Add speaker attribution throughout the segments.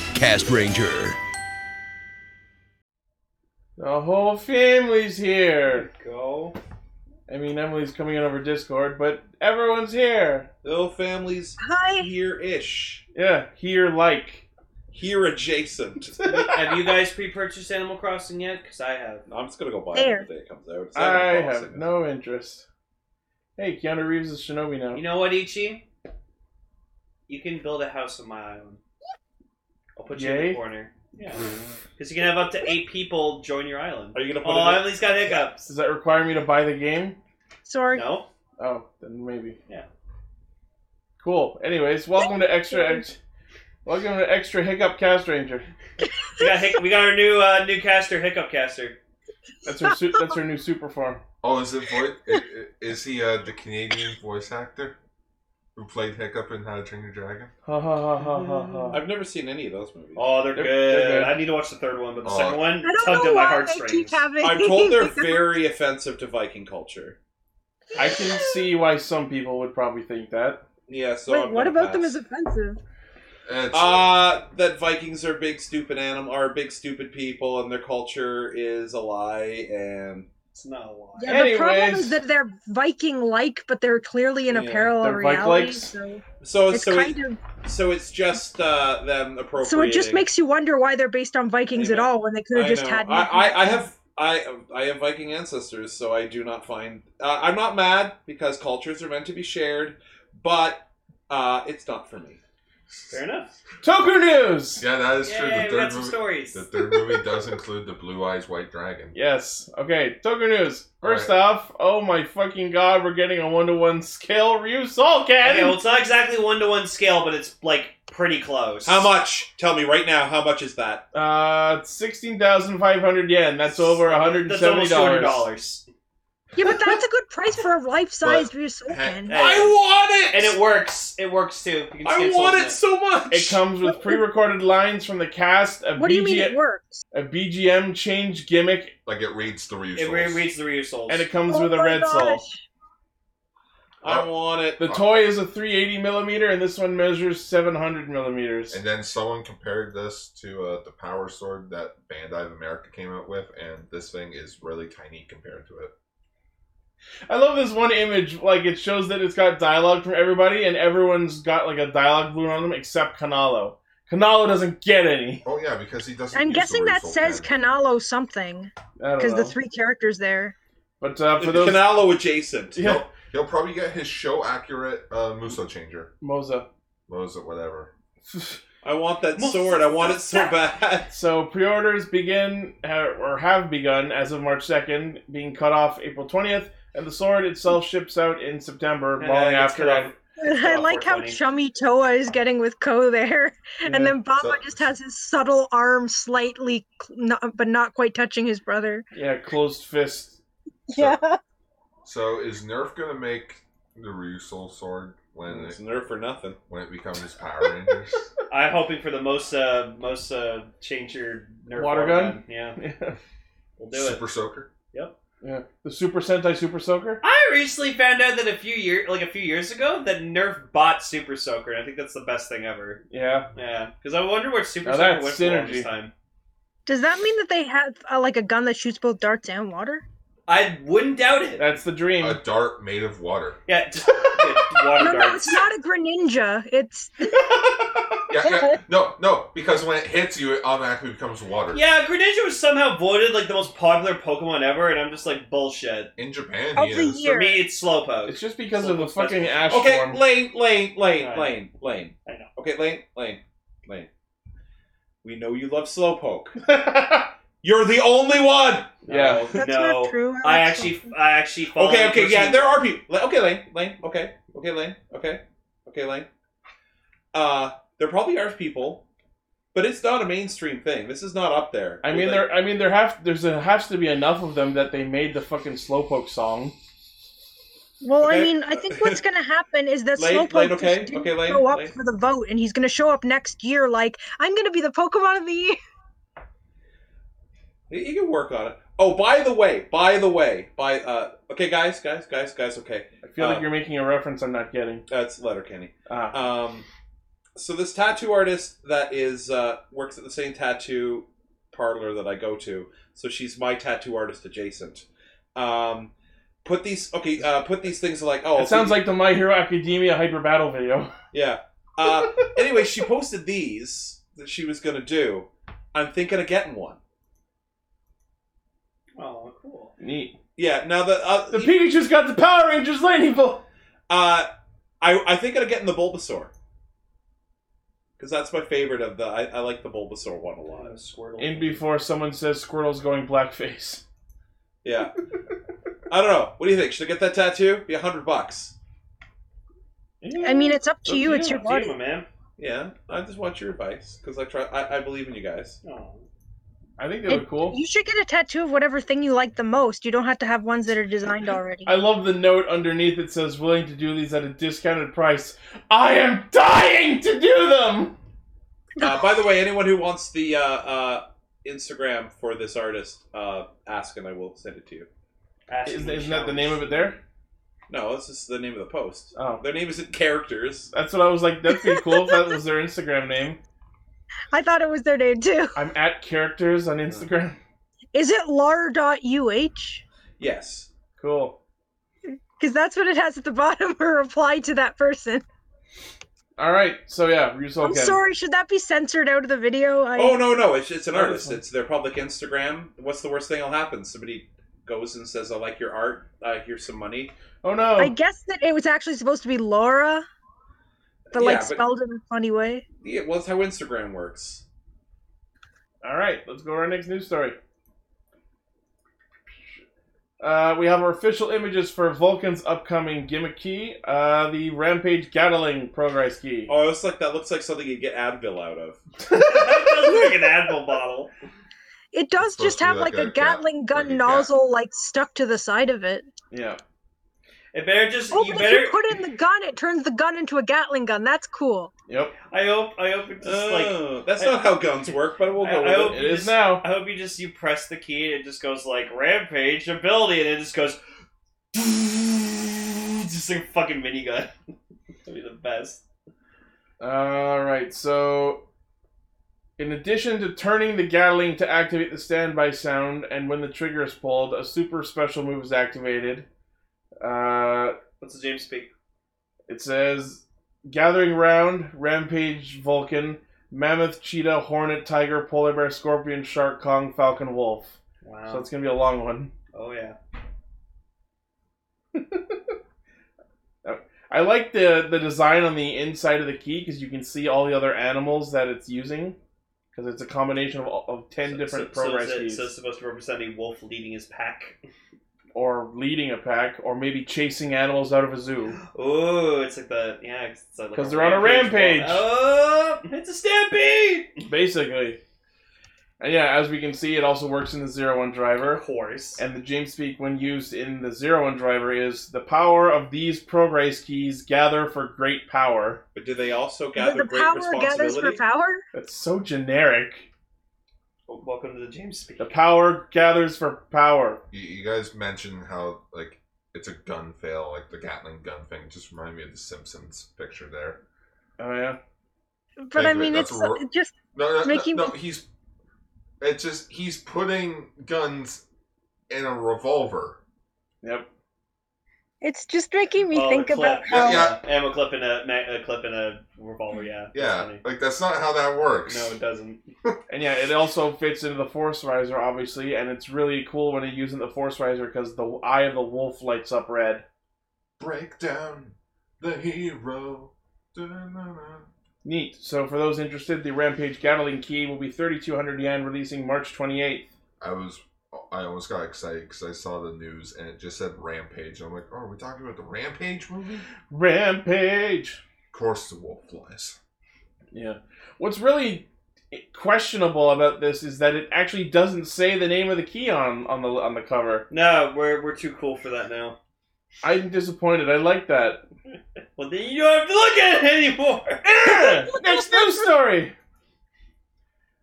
Speaker 1: Podcast Ranger.
Speaker 2: The whole family's here.
Speaker 3: Go.
Speaker 2: I mean, Emily's coming in over Discord, but everyone's here.
Speaker 3: The whole family's
Speaker 4: Hi.
Speaker 3: here-ish.
Speaker 2: Yeah, here like.
Speaker 3: Here adjacent.
Speaker 5: Have you guys pre-purchased Animal Crossing yet? Because I have.
Speaker 3: I'm just gonna go buy
Speaker 4: There.
Speaker 3: it the day it comes out. It's not
Speaker 2: I
Speaker 3: gonna cost
Speaker 2: have
Speaker 3: anything.
Speaker 2: no interest. Hey, Keanu Reeves is Shinobi now.
Speaker 5: You know what, Ichi? You can build a house on my island. I'll put you in
Speaker 2: Yay.
Speaker 5: the corner. Yeah. Because you can have up to eight people join your island.
Speaker 3: Are you gonna put
Speaker 5: Oh,
Speaker 3: it? in-
Speaker 5: Emily's got hiccups.
Speaker 2: Does that require me to buy the game?
Speaker 4: Sorry.
Speaker 5: No?
Speaker 2: Oh, then maybe.
Speaker 5: Yeah.
Speaker 2: Cool. Anyways, welcome to Extra Ex- Welcome to Extra Hiccup Cast Ranger.
Speaker 5: We got, hic- we got our new uh, new caster, Hiccup Caster.
Speaker 2: That's her su- that's her new super form.
Speaker 6: Oh, is it voice? i- i- is he uh, the Canadian voice actor who played Hiccup in How to Train Your Dragon?
Speaker 2: Ha ha ha ha ha ha.
Speaker 3: I've never seen any of those movies.
Speaker 5: Oh, they're
Speaker 2: They're-
Speaker 5: good.
Speaker 2: they're good.
Speaker 5: I need to watch the third one, but the
Speaker 6: Oh.
Speaker 5: second one
Speaker 4: I don't
Speaker 5: tugged
Speaker 4: know
Speaker 5: at my
Speaker 4: why they
Speaker 5: heartstrings.
Speaker 4: keep having.
Speaker 3: I'm told they're very offensive to Viking culture.
Speaker 2: I can see why some people would probably think that.
Speaker 3: Yeah. So.
Speaker 4: Wait,
Speaker 3: I'm
Speaker 4: what
Speaker 3: gonna
Speaker 4: about them
Speaker 3: pass.
Speaker 4: is offensive?
Speaker 6: It's,
Speaker 5: Ah.
Speaker 3: Uh, that Vikings are big stupid animal, are big stupid people, and their culture is a lie. And
Speaker 5: It's not a lie.
Speaker 4: Yeah, the problem
Speaker 2: Anyways.
Speaker 4: is that they're Viking-like, but they're clearly in a
Speaker 3: Yeah,
Speaker 4: parallel
Speaker 2: they're Vike-likes.
Speaker 4: reality. So
Speaker 3: so
Speaker 4: it's
Speaker 3: so
Speaker 4: kind
Speaker 3: it,
Speaker 4: of
Speaker 3: so it's just uh, them appropriating.
Speaker 4: so it just makes you wonder why they're based on Vikings
Speaker 3: I
Speaker 4: at
Speaker 3: know.
Speaker 4: all when they could have
Speaker 3: I
Speaker 4: just
Speaker 3: know.
Speaker 4: had.
Speaker 3: I, I, I have I I have Viking ancestors, so I do not find uh, I'm not mad because cultures are meant to be shared, but uh, it's not for me.
Speaker 5: Fair enough.
Speaker 2: Toku News!
Speaker 6: yeah, that is true.
Speaker 5: Yay, we
Speaker 6: the,
Speaker 5: got
Speaker 6: third
Speaker 5: some
Speaker 6: movie,
Speaker 5: stories.
Speaker 6: the third movie does include the Blue Eyes White Dragon.
Speaker 2: Yes. Okay, Toku News.
Speaker 6: All
Speaker 2: First off, oh my fucking god, we're getting a one to one scale Ryu Soul
Speaker 5: Okay, well,
Speaker 2: Cannon!
Speaker 5: it's not exactly one-to-one scale, but it's, like, pretty close.
Speaker 3: How much? Tell me right now. How much is that?
Speaker 2: Uh, 16,500 yen. That's over $170.
Speaker 5: That's almost $200.
Speaker 4: yeah, but that's a good price for a life-sized Ryusoken.
Speaker 6: Hey.
Speaker 3: I want it,
Speaker 5: And it works. It works too. You can
Speaker 3: I
Speaker 5: skip
Speaker 3: want
Speaker 5: some of
Speaker 3: it so much.
Speaker 2: It comes with pre-recorded lines from the cast, a,
Speaker 4: What do you mean it
Speaker 2: BG-
Speaker 4: works?
Speaker 2: a BGM change gimmick,
Speaker 6: Like it reads the
Speaker 5: it.
Speaker 6: reusals.
Speaker 5: It re- reads the reusals.
Speaker 2: and it comes
Speaker 4: Oh
Speaker 2: with a
Speaker 4: my
Speaker 2: red soul.
Speaker 4: gosh.
Speaker 3: I want it.
Speaker 2: The toy is a 380 millimeter, and this one measures 700 millimeters.
Speaker 6: And then someone compared this to uh, the Power Sword that Bandai of America came out with, and this thing is really tiny compared to it.
Speaker 2: I love this one image. Like it shows that it's got dialogue from everybody, and everyone's got like a dialogue balloon on them except Canalo. Canalo doesn't get any.
Speaker 6: Oh yeah, because he doesn't.
Speaker 4: I'm
Speaker 6: use the
Speaker 4: guessing that
Speaker 6: reusal
Speaker 4: says
Speaker 6: pen.
Speaker 4: Canalo something
Speaker 2: I don't
Speaker 4: because
Speaker 2: know.
Speaker 4: the three characters there.
Speaker 2: but uh, for those
Speaker 3: Canalo adjacent.
Speaker 2: Yeah.
Speaker 6: He'll, he'll probably get his show accurate uh, Muso changer.
Speaker 2: Moza.
Speaker 6: What was it? Whatever.
Speaker 3: I want that sword. I want it so bad.
Speaker 2: So pre-orders begin ha- or have begun as of March 2nd, being cut off April 20th, and the sword itself ships out in September,
Speaker 5: And then
Speaker 2: long
Speaker 5: it gets
Speaker 2: after
Speaker 5: cut
Speaker 2: that.
Speaker 5: off.
Speaker 4: I
Speaker 5: off
Speaker 4: like how
Speaker 5: 420.
Speaker 4: chummy Toa is getting with Ko there, and then Baba
Speaker 6: So-
Speaker 4: just has his subtle arm slightly, cl- not, but not quite touching his brother.
Speaker 2: yeah, closed fist.
Speaker 6: Yeah. So is Nerf gonna make the Reusol sword when
Speaker 3: It's
Speaker 6: it,
Speaker 3: nerf for nothing.
Speaker 6: when it becomes Power Rangers?
Speaker 5: I'm hoping for the most uh, most uh, change your nerf
Speaker 2: Water gun?
Speaker 5: Yeah,
Speaker 2: yeah,
Speaker 5: we'll do
Speaker 6: Super
Speaker 5: it.
Speaker 6: Soaker.
Speaker 2: the Super Sentai Super Soaker.
Speaker 5: I recently found out that a few year like a few years ago, that Nerf bought Super Soaker, and I think that's the best thing ever.
Speaker 2: Yeah,
Speaker 5: Yeah, because I wonder what Super
Speaker 2: Now
Speaker 5: Soaker
Speaker 2: that's
Speaker 5: went for all this
Speaker 2: synergy.
Speaker 5: time.
Speaker 4: Does that mean that they have uh, like a gun that shoots both darts and water?
Speaker 5: I wouldn't doubt it.
Speaker 2: that's the dream.
Speaker 6: A dart made of water.
Speaker 5: Yeah, just yeah, water
Speaker 4: No, no, it's
Speaker 5: darts.
Speaker 4: not a Greninja. It's
Speaker 6: Yeah, yeah. No, no, because when it hits you, it automatically becomes water.
Speaker 5: Yeah, Greninja was somehow voted like the most popular Pokemon ever, and I'm just like bullshit.
Speaker 6: In Japan,
Speaker 4: Of
Speaker 6: he
Speaker 4: the
Speaker 6: is.
Speaker 4: year.
Speaker 5: For me, it's Slowpoke.
Speaker 2: it's just because of the
Speaker 5: Slowpoke's best.
Speaker 2: fucking ash
Speaker 3: Okay,
Speaker 2: form.
Speaker 3: Lane, Lane, Lane,
Speaker 5: Alright.
Speaker 3: Lane, Lane.
Speaker 5: I know.
Speaker 3: Okay, Lane, Lane, Lane. We know you love Slowpoke. You're the only one.
Speaker 2: yeah.
Speaker 4: that's
Speaker 5: no.
Speaker 4: not true.
Speaker 5: I
Speaker 4: Alex.
Speaker 5: actually, I actually. follow
Speaker 3: Okay,
Speaker 5: the
Speaker 3: okay,
Speaker 5: person-
Speaker 3: yeah, there are people. La- Okay, Lane, Lane, okay, okay, Lane, okay, okay, Lane. Uh, there probably are people, but it's not a mainstream thing. This is not up there.
Speaker 2: I mean,
Speaker 3: Like,
Speaker 2: there. I mean, there have. There's a, has to be enough of them that they made the fucking slowpoke song.
Speaker 4: Well, I
Speaker 3: Okay.
Speaker 4: mean, I think what's going to happen is that
Speaker 3: Lane,
Speaker 4: Slowpoke
Speaker 3: Lane,
Speaker 4: just
Speaker 3: okay,
Speaker 4: didn't
Speaker 3: okay, Lane,
Speaker 4: show up
Speaker 3: Lane.
Speaker 4: for the vote, and he's going to show up next year like I'm going to be the Pokemon of the year.
Speaker 3: You- You can work on it. Oh, by the way, by the way, by uh, okay, guys, guys, guys, guys. Okay,
Speaker 2: I feel
Speaker 3: Uh.
Speaker 2: like you're making a reference I'm not getting.
Speaker 3: that's letter Kenny.
Speaker 2: Ah.
Speaker 3: Um, so this tattoo artist that is uh, works at the same tattoo parlor that I go to, so she's my tattoo artist adjacent. Um, put these okay. Uh, put these things like oh,
Speaker 2: it sounds like the My Hero Academia Hyper Battle video.
Speaker 3: yeah. Uh, anyway, she posted these that she was gonna do. I'm thinking of getting one.
Speaker 5: Oh, cool.
Speaker 2: Neat.
Speaker 3: Yeah. Now the uh,
Speaker 2: The Pikachu's got the Power Rangers lightning bolt.
Speaker 3: Uh, I I think I'm getting the Bulbasaur because that's my favorite of the. I, I like the Bulbasaur one a
Speaker 5: A lot
Speaker 3: lot.
Speaker 5: of Squirtle.
Speaker 2: In before someone says Squirtle's going blackface.
Speaker 3: Yeah. I don't know. What do you think? Should I get that tattoo? Be a hundred bucks.
Speaker 4: I mean, it's up to you. It's
Speaker 5: Up
Speaker 4: your
Speaker 5: to you,
Speaker 4: body.
Speaker 5: my man.
Speaker 3: Yeah. I just want your advice because I try. I, I believe in you guys.
Speaker 5: Oh.
Speaker 2: I think they were cool.
Speaker 4: You should get a tattoo of whatever thing you like the most. You don't have to have ones that are designed already.
Speaker 2: I love the note underneath that says willing to do these at a discounted price. I am dying to do them.
Speaker 3: Uh, by the way, anyone who wants the uh, uh, Instagram for this artist, uh, ask and I will send it to you.
Speaker 5: Ask
Speaker 2: Isn't,
Speaker 5: me
Speaker 2: isn't that the
Speaker 5: challenge.
Speaker 2: name of it there?
Speaker 3: No, this is the name of the post.
Speaker 2: Oh.
Speaker 3: Their name isn't characters.
Speaker 2: That's what I was like, that'd be cool if that was their Instagram name.
Speaker 4: I thought it was their name too.
Speaker 2: I'm at characters on Instagram.
Speaker 4: Is it lar.uh?
Speaker 3: Yes.
Speaker 2: Cool.
Speaker 4: Because that's what it has at the bottom. A reply to that person.
Speaker 2: All right. So yeah, Russo
Speaker 4: I'm sorry. Should that be censored out of the video? I,
Speaker 3: Oh no, no, it's it's an
Speaker 2: Oh, that's
Speaker 3: artist.
Speaker 2: fine.
Speaker 3: It's their public Instagram. What's the worst thing that'll happen? Somebody goes and says, "I like your art. Uh, here's some money."
Speaker 2: Oh no.
Speaker 4: I guess that it was actually supposed to be Laura, but like
Speaker 3: Yeah, but-
Speaker 4: spelled in a funny way.
Speaker 3: Yeah, well, that's how Instagram works.
Speaker 2: All right, let's go to our next news story. Uh, we have our official images for Vulcan's upcoming gimmick key, uh, the Rampage Gatling Progress Key.
Speaker 3: Oh, it's like that looks like something you get Advil out of.
Speaker 5: that does look like an Advil bottle.
Speaker 4: It does
Speaker 6: It's supposed
Speaker 4: just
Speaker 6: to be
Speaker 4: have
Speaker 6: like
Speaker 4: like
Speaker 6: a
Speaker 4: a
Speaker 6: cat-
Speaker 4: Gatling
Speaker 6: like a
Speaker 4: gun
Speaker 6: cat.
Speaker 4: nozzle like stuck to the side of it.
Speaker 2: Yeah.
Speaker 5: It better just
Speaker 4: Oh,
Speaker 5: you
Speaker 4: but
Speaker 5: better.
Speaker 4: if you put in the gun, it turns the gun into a Gatling gun. That's cool.
Speaker 2: Yep.
Speaker 5: I hope. I hope it just like.
Speaker 3: Oh, that's not how guns work, but we'll go
Speaker 5: I-
Speaker 3: with
Speaker 5: I
Speaker 3: it.
Speaker 5: hope-
Speaker 2: It is now.
Speaker 5: I hope you just you press the key and it just goes like rampage ability and it just goes. Just like a fucking minigun. That'd be the best.
Speaker 2: All right. So, in addition to turning the Gatling to activate the standby sound, and when the trigger is pulled, a super special move is activated. Uh,
Speaker 5: What's the James speak?
Speaker 2: It says Gathering Round, Rampage Vulcan, Mammoth, Cheetah, Hornet, Tiger, Polar Bear, Scorpion, Shark, Kong, Falcon, Wolf.
Speaker 5: Wow.
Speaker 2: So it's gonna be a long one.
Speaker 5: oh yeah.
Speaker 2: I like the the design on the inside of the key because you can see all the other animals that it's using. Because it's a combination of, of ten
Speaker 5: So-
Speaker 2: different
Speaker 5: so, so,
Speaker 2: progress
Speaker 5: is it-
Speaker 2: keys,
Speaker 5: so it's supposed to represent a wolf leading his pack.
Speaker 2: or leading a pack, or maybe chasing animals out of a zoo.
Speaker 5: Oh, it's like the yeah, it's uh, like
Speaker 2: 'Cause they're on a rampage.
Speaker 5: one. Oh, it's a stampede.
Speaker 2: Basically, and yeah, as we can see, it also works in the zero one driver.
Speaker 5: Of course.
Speaker 2: And the James speak when used in the zero one driver is the power of these progress keys gather for great power.
Speaker 3: But do they also
Speaker 4: But
Speaker 3: gather
Speaker 4: the
Speaker 3: great
Speaker 4: power gathers for
Speaker 3: responsibility?
Speaker 4: power.
Speaker 2: That's so generic.
Speaker 5: Welcome to the James speak.
Speaker 2: The power gathers for power.
Speaker 6: You, you guys mentioned how like it's a gun fail, like the Gatling gun thing. Just reminded me of the Simpsons picture there.
Speaker 2: Oh yeah.
Speaker 4: But I
Speaker 6: Anyway,
Speaker 4: mean,
Speaker 6: that's
Speaker 4: it's
Speaker 6: ro-
Speaker 4: it just
Speaker 6: No, no,
Speaker 4: Making-
Speaker 6: no, no he's it's just he's putting guns in a revolver.
Speaker 2: Yep.
Speaker 4: it's just making me
Speaker 5: Oh,
Speaker 4: think
Speaker 5: the clip.
Speaker 4: about how
Speaker 6: Yeah.
Speaker 5: ammo clip in a, ma- a clip in a revolver. Yeah. that's
Speaker 6: Yeah,
Speaker 5: funny.
Speaker 6: like that's not how that works.
Speaker 5: No, it doesn't.
Speaker 2: And yeah, it also fits into the force riser, obviously, and it's really cool when it uses the force riser because the eye of the wolf lights up red.
Speaker 6: Break down the hero. Da-na-na.
Speaker 2: Neat. So for those interested, the Rampage Gatling key will be 3,200 yen, releasing March 28th.
Speaker 6: I was I almost got excited because I saw the news and it just said Rampage. I'm like, oh, are we talking about the Rampage movie? Of
Speaker 2: Rampage.
Speaker 6: course, the wolf flies.
Speaker 2: Yeah. What's really questionable about this is that it actually doesn't say the name of the key on on the on the cover.
Speaker 5: No, we're we're too cool for that now.
Speaker 2: I'm disappointed. I like that.
Speaker 5: Well, then you don't have to look at it anymore.
Speaker 2: Next news story.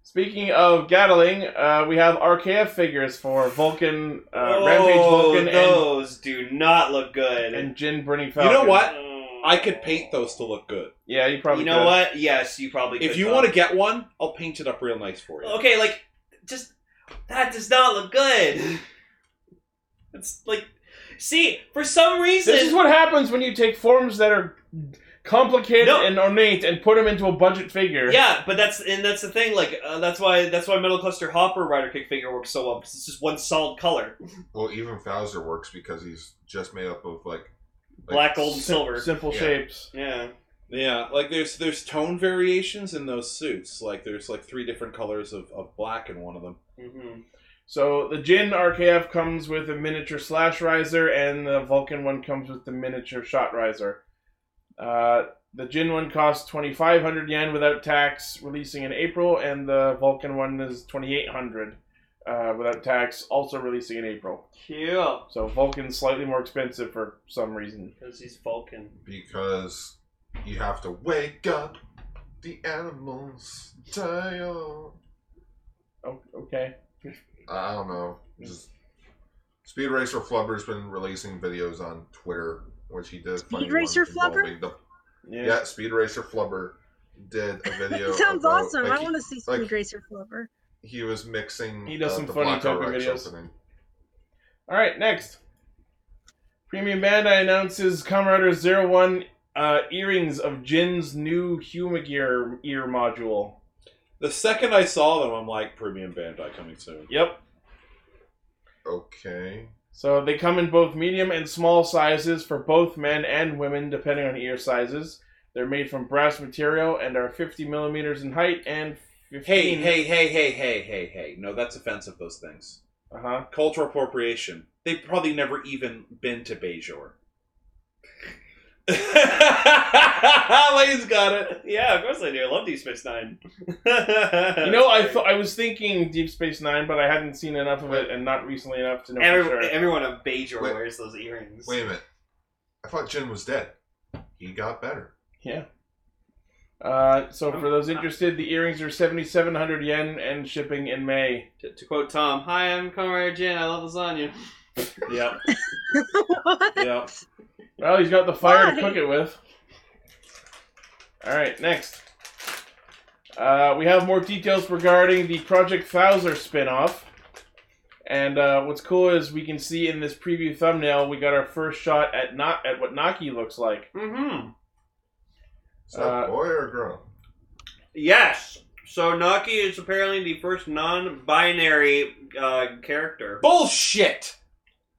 Speaker 2: Speaking of Gatling, uh, we have RKF figures for Vulcan, uh, Rampage
Speaker 5: oh,
Speaker 2: Vulcan,
Speaker 5: those do not look good.
Speaker 2: and, and Jin Burning
Speaker 3: You
Speaker 2: Falcon.
Speaker 3: know what?
Speaker 5: Oh.
Speaker 3: I could paint those to look good.
Speaker 2: Yeah, you probably
Speaker 5: you know
Speaker 2: could.
Speaker 5: what? Yes, you probably.
Speaker 3: If you want to get one, I'll paint it up real nice for you.
Speaker 5: okay, like just that does not look good. It's like, see, for some reason,
Speaker 2: This is what happens when you take forms that are complicated
Speaker 5: No.
Speaker 2: and ornate and put them into a budget figure.
Speaker 5: Yeah, but that's and that's the thing. Like uh, that's why that's why Metal Cluster Hopper Rider Kick figure works so well because it's just one solid color,
Speaker 6: Well, even Fowler works because he's just made up of like, like
Speaker 5: black, gold, and
Speaker 2: Sim-
Speaker 5: silver.
Speaker 2: Simple
Speaker 6: Yeah.
Speaker 2: shapes.
Speaker 5: Yeah,
Speaker 3: Yeah, like there's there's tone variations in those suits. Like there's like three different colors of, of black in one of them.
Speaker 5: hmm
Speaker 2: So the Jin RKF comes with a miniature slash riser, and the Vulcan one comes with the miniature shot riser. Uh, the Jin one costs 2,500 yen without tax, releasing in April, and the Vulcan one is 2,800 uh, without tax, also releasing in April.
Speaker 5: cute
Speaker 2: So Vulcan's slightly more expensive for some reason.
Speaker 5: because he's Vulcan.
Speaker 6: because you have to wake up the animals. Die off.
Speaker 2: Oh, okay.
Speaker 6: I don't know. Just Speed Racer Flubber's been releasing videos on Twitter, which he did. funny
Speaker 4: Speed Racer
Speaker 6: ones
Speaker 4: Flubber?
Speaker 6: involving The, yeah, Speed Racer Flubber did a video.
Speaker 4: It sounds
Speaker 6: about-
Speaker 4: awesome.
Speaker 6: like,
Speaker 4: I want to see Speed
Speaker 6: like-
Speaker 4: Racer Flubber.
Speaker 6: He, he was mixing.
Speaker 2: He does
Speaker 6: uh,
Speaker 2: some
Speaker 6: the
Speaker 2: funny
Speaker 6: Black
Speaker 2: typing
Speaker 6: Orex
Speaker 2: videos.
Speaker 6: opening.
Speaker 2: All right, next. Premium Bandai announces Comrade Zero One uh, earrings of Jin's new Huma Gear ear module.
Speaker 3: The second I saw them, I'm like premium Bandai coming soon.
Speaker 2: Yep.
Speaker 6: Okay.
Speaker 2: So they come in both medium and small sizes for both men and women, depending on ear sizes. They're made from brass material and are 50 millimeters in height and 15.
Speaker 3: Hey, hey, hey, hey, hey, hey, hey. No, that's offensive. Those things.
Speaker 2: Uh huh.
Speaker 3: Cultural appropriation. They've probably never even been to Bejor. Lane's got it.
Speaker 5: Yeah, of course I do. I love Deep Space Nine.
Speaker 2: You
Speaker 5: you
Speaker 2: know, I thought I was thinking Deep Space Nine, but I hadn't seen enough of it and not recently enough to know
Speaker 5: Every,
Speaker 2: for sure.
Speaker 5: everyone on Bajor
Speaker 6: Wait.
Speaker 5: wears those earrings.
Speaker 6: Wait a minute. I thought Jin was dead. He got better.
Speaker 2: Uh, so for those interested, the earrings are 7,700 yen and shipping in May.
Speaker 5: To, to quote Tom, "Hi, I'm Comrade Jin. I love lasagna."
Speaker 3: Yep.
Speaker 4: What?
Speaker 3: Yep.
Speaker 2: Well, he's got the fire to
Speaker 4: Why?
Speaker 2: cook it with. All right, next. Uh, we have more details regarding the Project Fowler spin-off. And uh, what's cool is we can see in this preview thumbnail we got our first shot at not at what Naki looks like.
Speaker 5: Mm-hmm.
Speaker 6: Is that
Speaker 2: Uh,
Speaker 6: boy or girl?
Speaker 5: Yes. So Naki is apparently the first non-binary uh, character. Oh,
Speaker 3: Bullshit.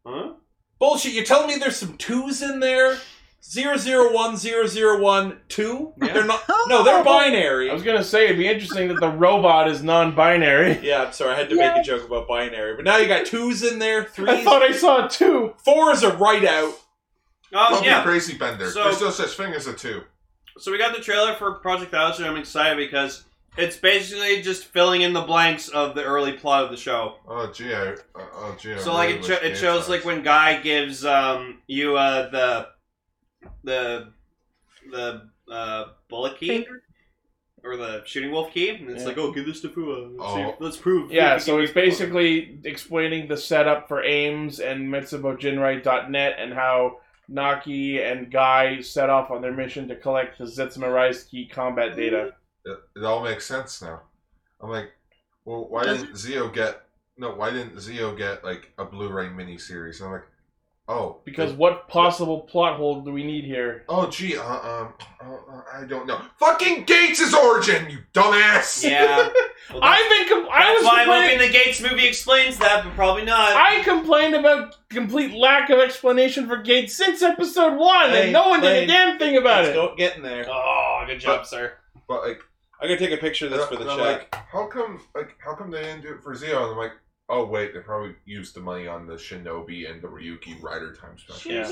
Speaker 5: Huh?
Speaker 3: Bullshit. You're telling me there's some twos in there? Zero zero one zero zero one two?
Speaker 5: Yeah.
Speaker 3: They're not. No, they're binary.
Speaker 2: I was gonna say it'd be interesting that the robot is non-binary.
Speaker 3: Yeah, I'm sorry. I had to make a joke about binary, but now you got twos in there,
Speaker 2: I
Speaker 3: threes,
Speaker 2: thought I saw two.
Speaker 3: fours are right out.
Speaker 5: Um,
Speaker 6: Don't
Speaker 5: yeah.
Speaker 6: be crazy, Bender.
Speaker 5: So-
Speaker 6: There's no such thing as a two.
Speaker 5: So we got the trailer for Project Thousand. I'm excited because it's basically just filling in the blanks of the early plot of the show.
Speaker 6: Oh gee, I, uh, oh gee. I
Speaker 5: so like
Speaker 6: really
Speaker 5: it, sho-
Speaker 6: wish
Speaker 5: it
Speaker 6: Dave
Speaker 5: shows
Speaker 6: was.
Speaker 5: like when Guy gives um you uh the the the uh bullet key
Speaker 4: Finger.
Speaker 5: or the shooting wolf key, and it's
Speaker 2: Yeah.
Speaker 5: like oh give this to Fua. Let's, see-
Speaker 6: Oh.
Speaker 5: let's prove.
Speaker 2: Yeah,
Speaker 5: if we
Speaker 2: so
Speaker 5: can
Speaker 2: it's
Speaker 5: get-
Speaker 2: basically explaining the setup for Ames and MitsuboJinrai.net and how Naki and Guy set off on their mission to collect the Zetsuma Rise Key combat data.
Speaker 6: it, it all makes sense now. I'm like, well, why
Speaker 4: Does
Speaker 6: didn't Zio get no? Why didn't Zio get like a Blu-ray miniseries? And I'm like, oh,
Speaker 2: Because
Speaker 6: like,
Speaker 2: what possible plot hole do we need here?
Speaker 6: oh gee, uh, um, uh, uh, I don't know. Fucking Gates' origin, you dumbass.
Speaker 5: yeah. Well, that's-
Speaker 2: I've been com- I
Speaker 5: that's
Speaker 2: was
Speaker 5: why I'm hoping
Speaker 2: complaining.
Speaker 5: the Gates movie explains that, but probably not.
Speaker 2: I complained about complete lack of explanation for Gates since episode one,
Speaker 3: Lane,
Speaker 2: and no one did a
Speaker 3: Lane,
Speaker 2: damn thing about
Speaker 3: Let's
Speaker 2: it.
Speaker 3: go get in there.
Speaker 5: oh, good job, sir.
Speaker 6: But like,
Speaker 3: I'm gonna take a picture of this for the
Speaker 6: and I'm
Speaker 3: chat.
Speaker 6: like, how come like how come they didn't do it for Zio? And I'm like, oh wait, they probably used the money on the Shinobi and the Ryuki Rider time special.
Speaker 2: Yeah.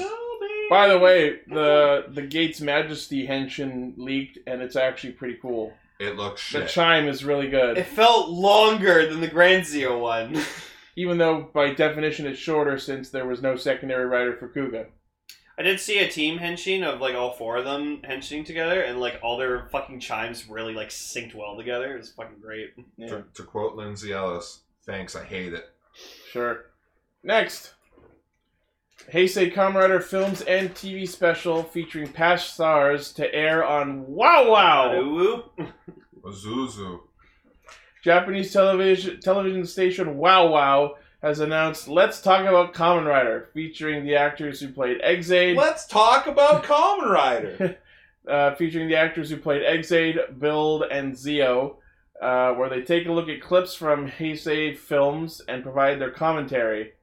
Speaker 2: By the way, the the Gates Majesty henshin leaked, and it's actually pretty cool.
Speaker 6: It looks
Speaker 2: The
Speaker 6: shit.
Speaker 2: chime is really good.
Speaker 5: It felt longer than the Grand Zio one.
Speaker 2: even though by definition it's shorter since there was no secondary writer for Kuga.
Speaker 5: I did see a team henching of like all four of them henching together, and like all their fucking chimes really like synced well together. It was fucking great.
Speaker 2: Yeah,
Speaker 6: to, to quote Lindsay Ellis, thanks, I hate it.
Speaker 2: sure. Next, Heisei Comrider films and TV special featuring past stars to air on Wow Wow,
Speaker 5: Whoop, whoop.
Speaker 6: Azuzu.
Speaker 2: Japanese television television station Wow Wow has announced Let's Talk About Kamen Rider, featuring the actors who played Exade,
Speaker 3: Let's talk about Kamen Rider.
Speaker 2: uh, featuring the actors who played Exade, Build, and Zeo, uh, where they take a look at clips from Heisei films and provide their commentary.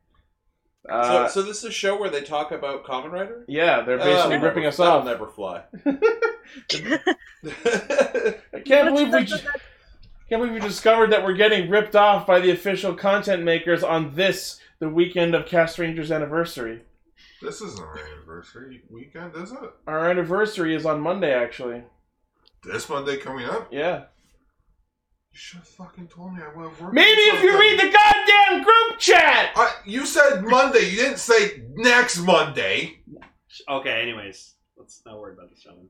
Speaker 2: Uh,
Speaker 3: so, so this is a show where they talk about Kamen Rider.
Speaker 2: yeah, they're basically
Speaker 3: Uh,
Speaker 2: ripping us
Speaker 3: that'll
Speaker 2: off.
Speaker 3: Never fly.
Speaker 2: I can't
Speaker 4: That's-
Speaker 2: believe we.
Speaker 4: that's- that's-
Speaker 2: Can't believe we discovered that we're getting ripped off by the official content makers on this, the weekend of Cast Rangers' anniversary.
Speaker 6: This isn't our anniversary weekend, is it?
Speaker 2: Our anniversary is on Monday, actually.
Speaker 6: This Monday coming up?
Speaker 2: Yeah.
Speaker 6: You should have fucking told me I would have worked.
Speaker 2: Maybe if you read the goddamn group chat!
Speaker 6: I, you said Monday. You didn't say next Monday.
Speaker 5: Okay. Anyways, let's not worry about this one.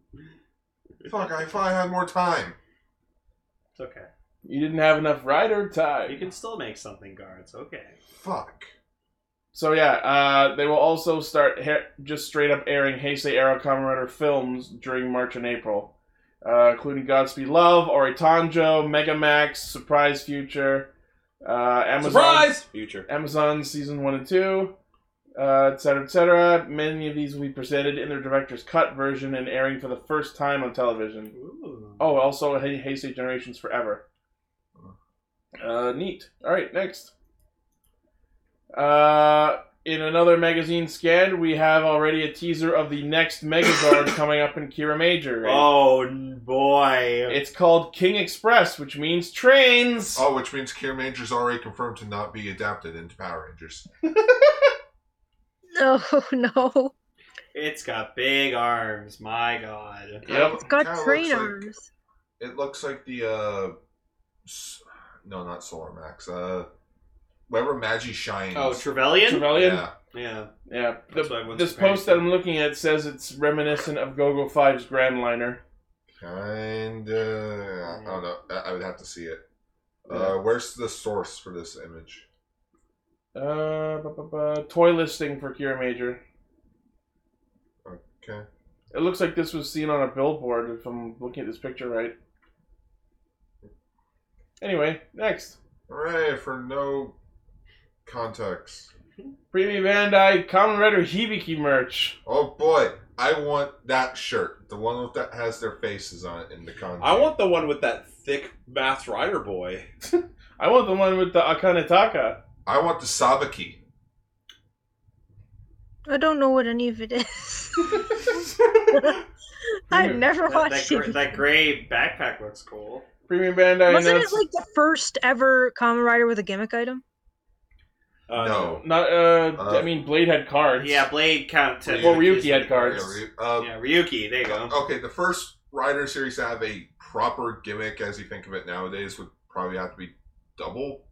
Speaker 6: Fuck! I thought I had more time.
Speaker 5: It's okay.
Speaker 2: You didn't have enough rider
Speaker 5: You
Speaker 2: time.
Speaker 5: can still make something, guards. Okay.
Speaker 6: Fuck.
Speaker 2: So, yeah, uh, they will also start ha- just straight up airing Heisei Arrow Kamen Rider films during March and April, uh, including Godspeed Love, Oritanjo, Mega Max, Surprise Future, uh, Amazon.
Speaker 3: Surprise! Future.
Speaker 2: Amazon season one and two, uh, et cetera, et cetera. Many of these will be presented in their director's cut version and airing for the first time on television.
Speaker 5: Ooh.
Speaker 2: Oh, also Hey Heisei Generations Forever. Uh, neat. All right, next. Uh, in another magazine scan, we have already a teaser of the next Megazord coming up in Kira Major.
Speaker 5: Oh boy.
Speaker 2: It's called King Express, which means trains.
Speaker 6: Oh, which means Kier Major's already confirmed to not be adapted into Power Rangers.
Speaker 4: Oh no,
Speaker 5: It's got big arms. My god.
Speaker 2: Yep.
Speaker 4: it's got
Speaker 6: Kinda looks
Speaker 4: train
Speaker 6: like-
Speaker 4: arms.
Speaker 6: It looks like the uh, s- no, not Solar Max. Uh, wherever Magi shines.
Speaker 5: Oh, Trevelyan.
Speaker 2: Trevelyan.
Speaker 6: yeah.
Speaker 5: yeah.
Speaker 2: Yeah,
Speaker 5: That's
Speaker 2: the-
Speaker 5: what I was
Speaker 2: this
Speaker 5: comparing
Speaker 2: post
Speaker 5: to.
Speaker 2: that I'm looking at says it's reminiscent of GoGo 5's Grand Liner.
Speaker 6: Kinda. I don't know. I, I would have to see it. Uh, where's the source for this image?
Speaker 2: Uh, bu- bu- bu- toy listing for Kira Major.
Speaker 6: Okay.
Speaker 2: It looks like this was seen on a billboard, if I'm looking at this picture right. Anyway, next.
Speaker 6: Hooray for no context.
Speaker 2: Premium Bandai Common Rider Hibiki merch.
Speaker 6: Oh boy, I want that shirt. The one with that has their faces on it in the content.
Speaker 3: I want the one with that thick Mass Rider boy.
Speaker 2: I want the one with the Akanetaka.
Speaker 6: I want the Sabaki.
Speaker 4: I don't know what any of it is. I've
Speaker 2: Premium-
Speaker 4: never
Speaker 5: That, that,
Speaker 4: watched
Speaker 5: gr-
Speaker 4: it.
Speaker 5: that gray backpack looks cool.
Speaker 2: Premium Bandai
Speaker 4: Wasn't it
Speaker 2: announced
Speaker 4: like the first ever Kamen Rider with a gimmick item?
Speaker 3: Uh,
Speaker 6: No.
Speaker 2: not uh,
Speaker 6: Uh,
Speaker 2: I mean Blade had cards.
Speaker 5: Yeah, Blade counted.
Speaker 2: Well, Ryuki had cards.
Speaker 6: Yeah, Ryu- uh,
Speaker 5: Yeah, Ryuki. There you go.
Speaker 6: Okay, the first Rider series to have a proper gimmick, as you think of it nowadays, would probably have to be double.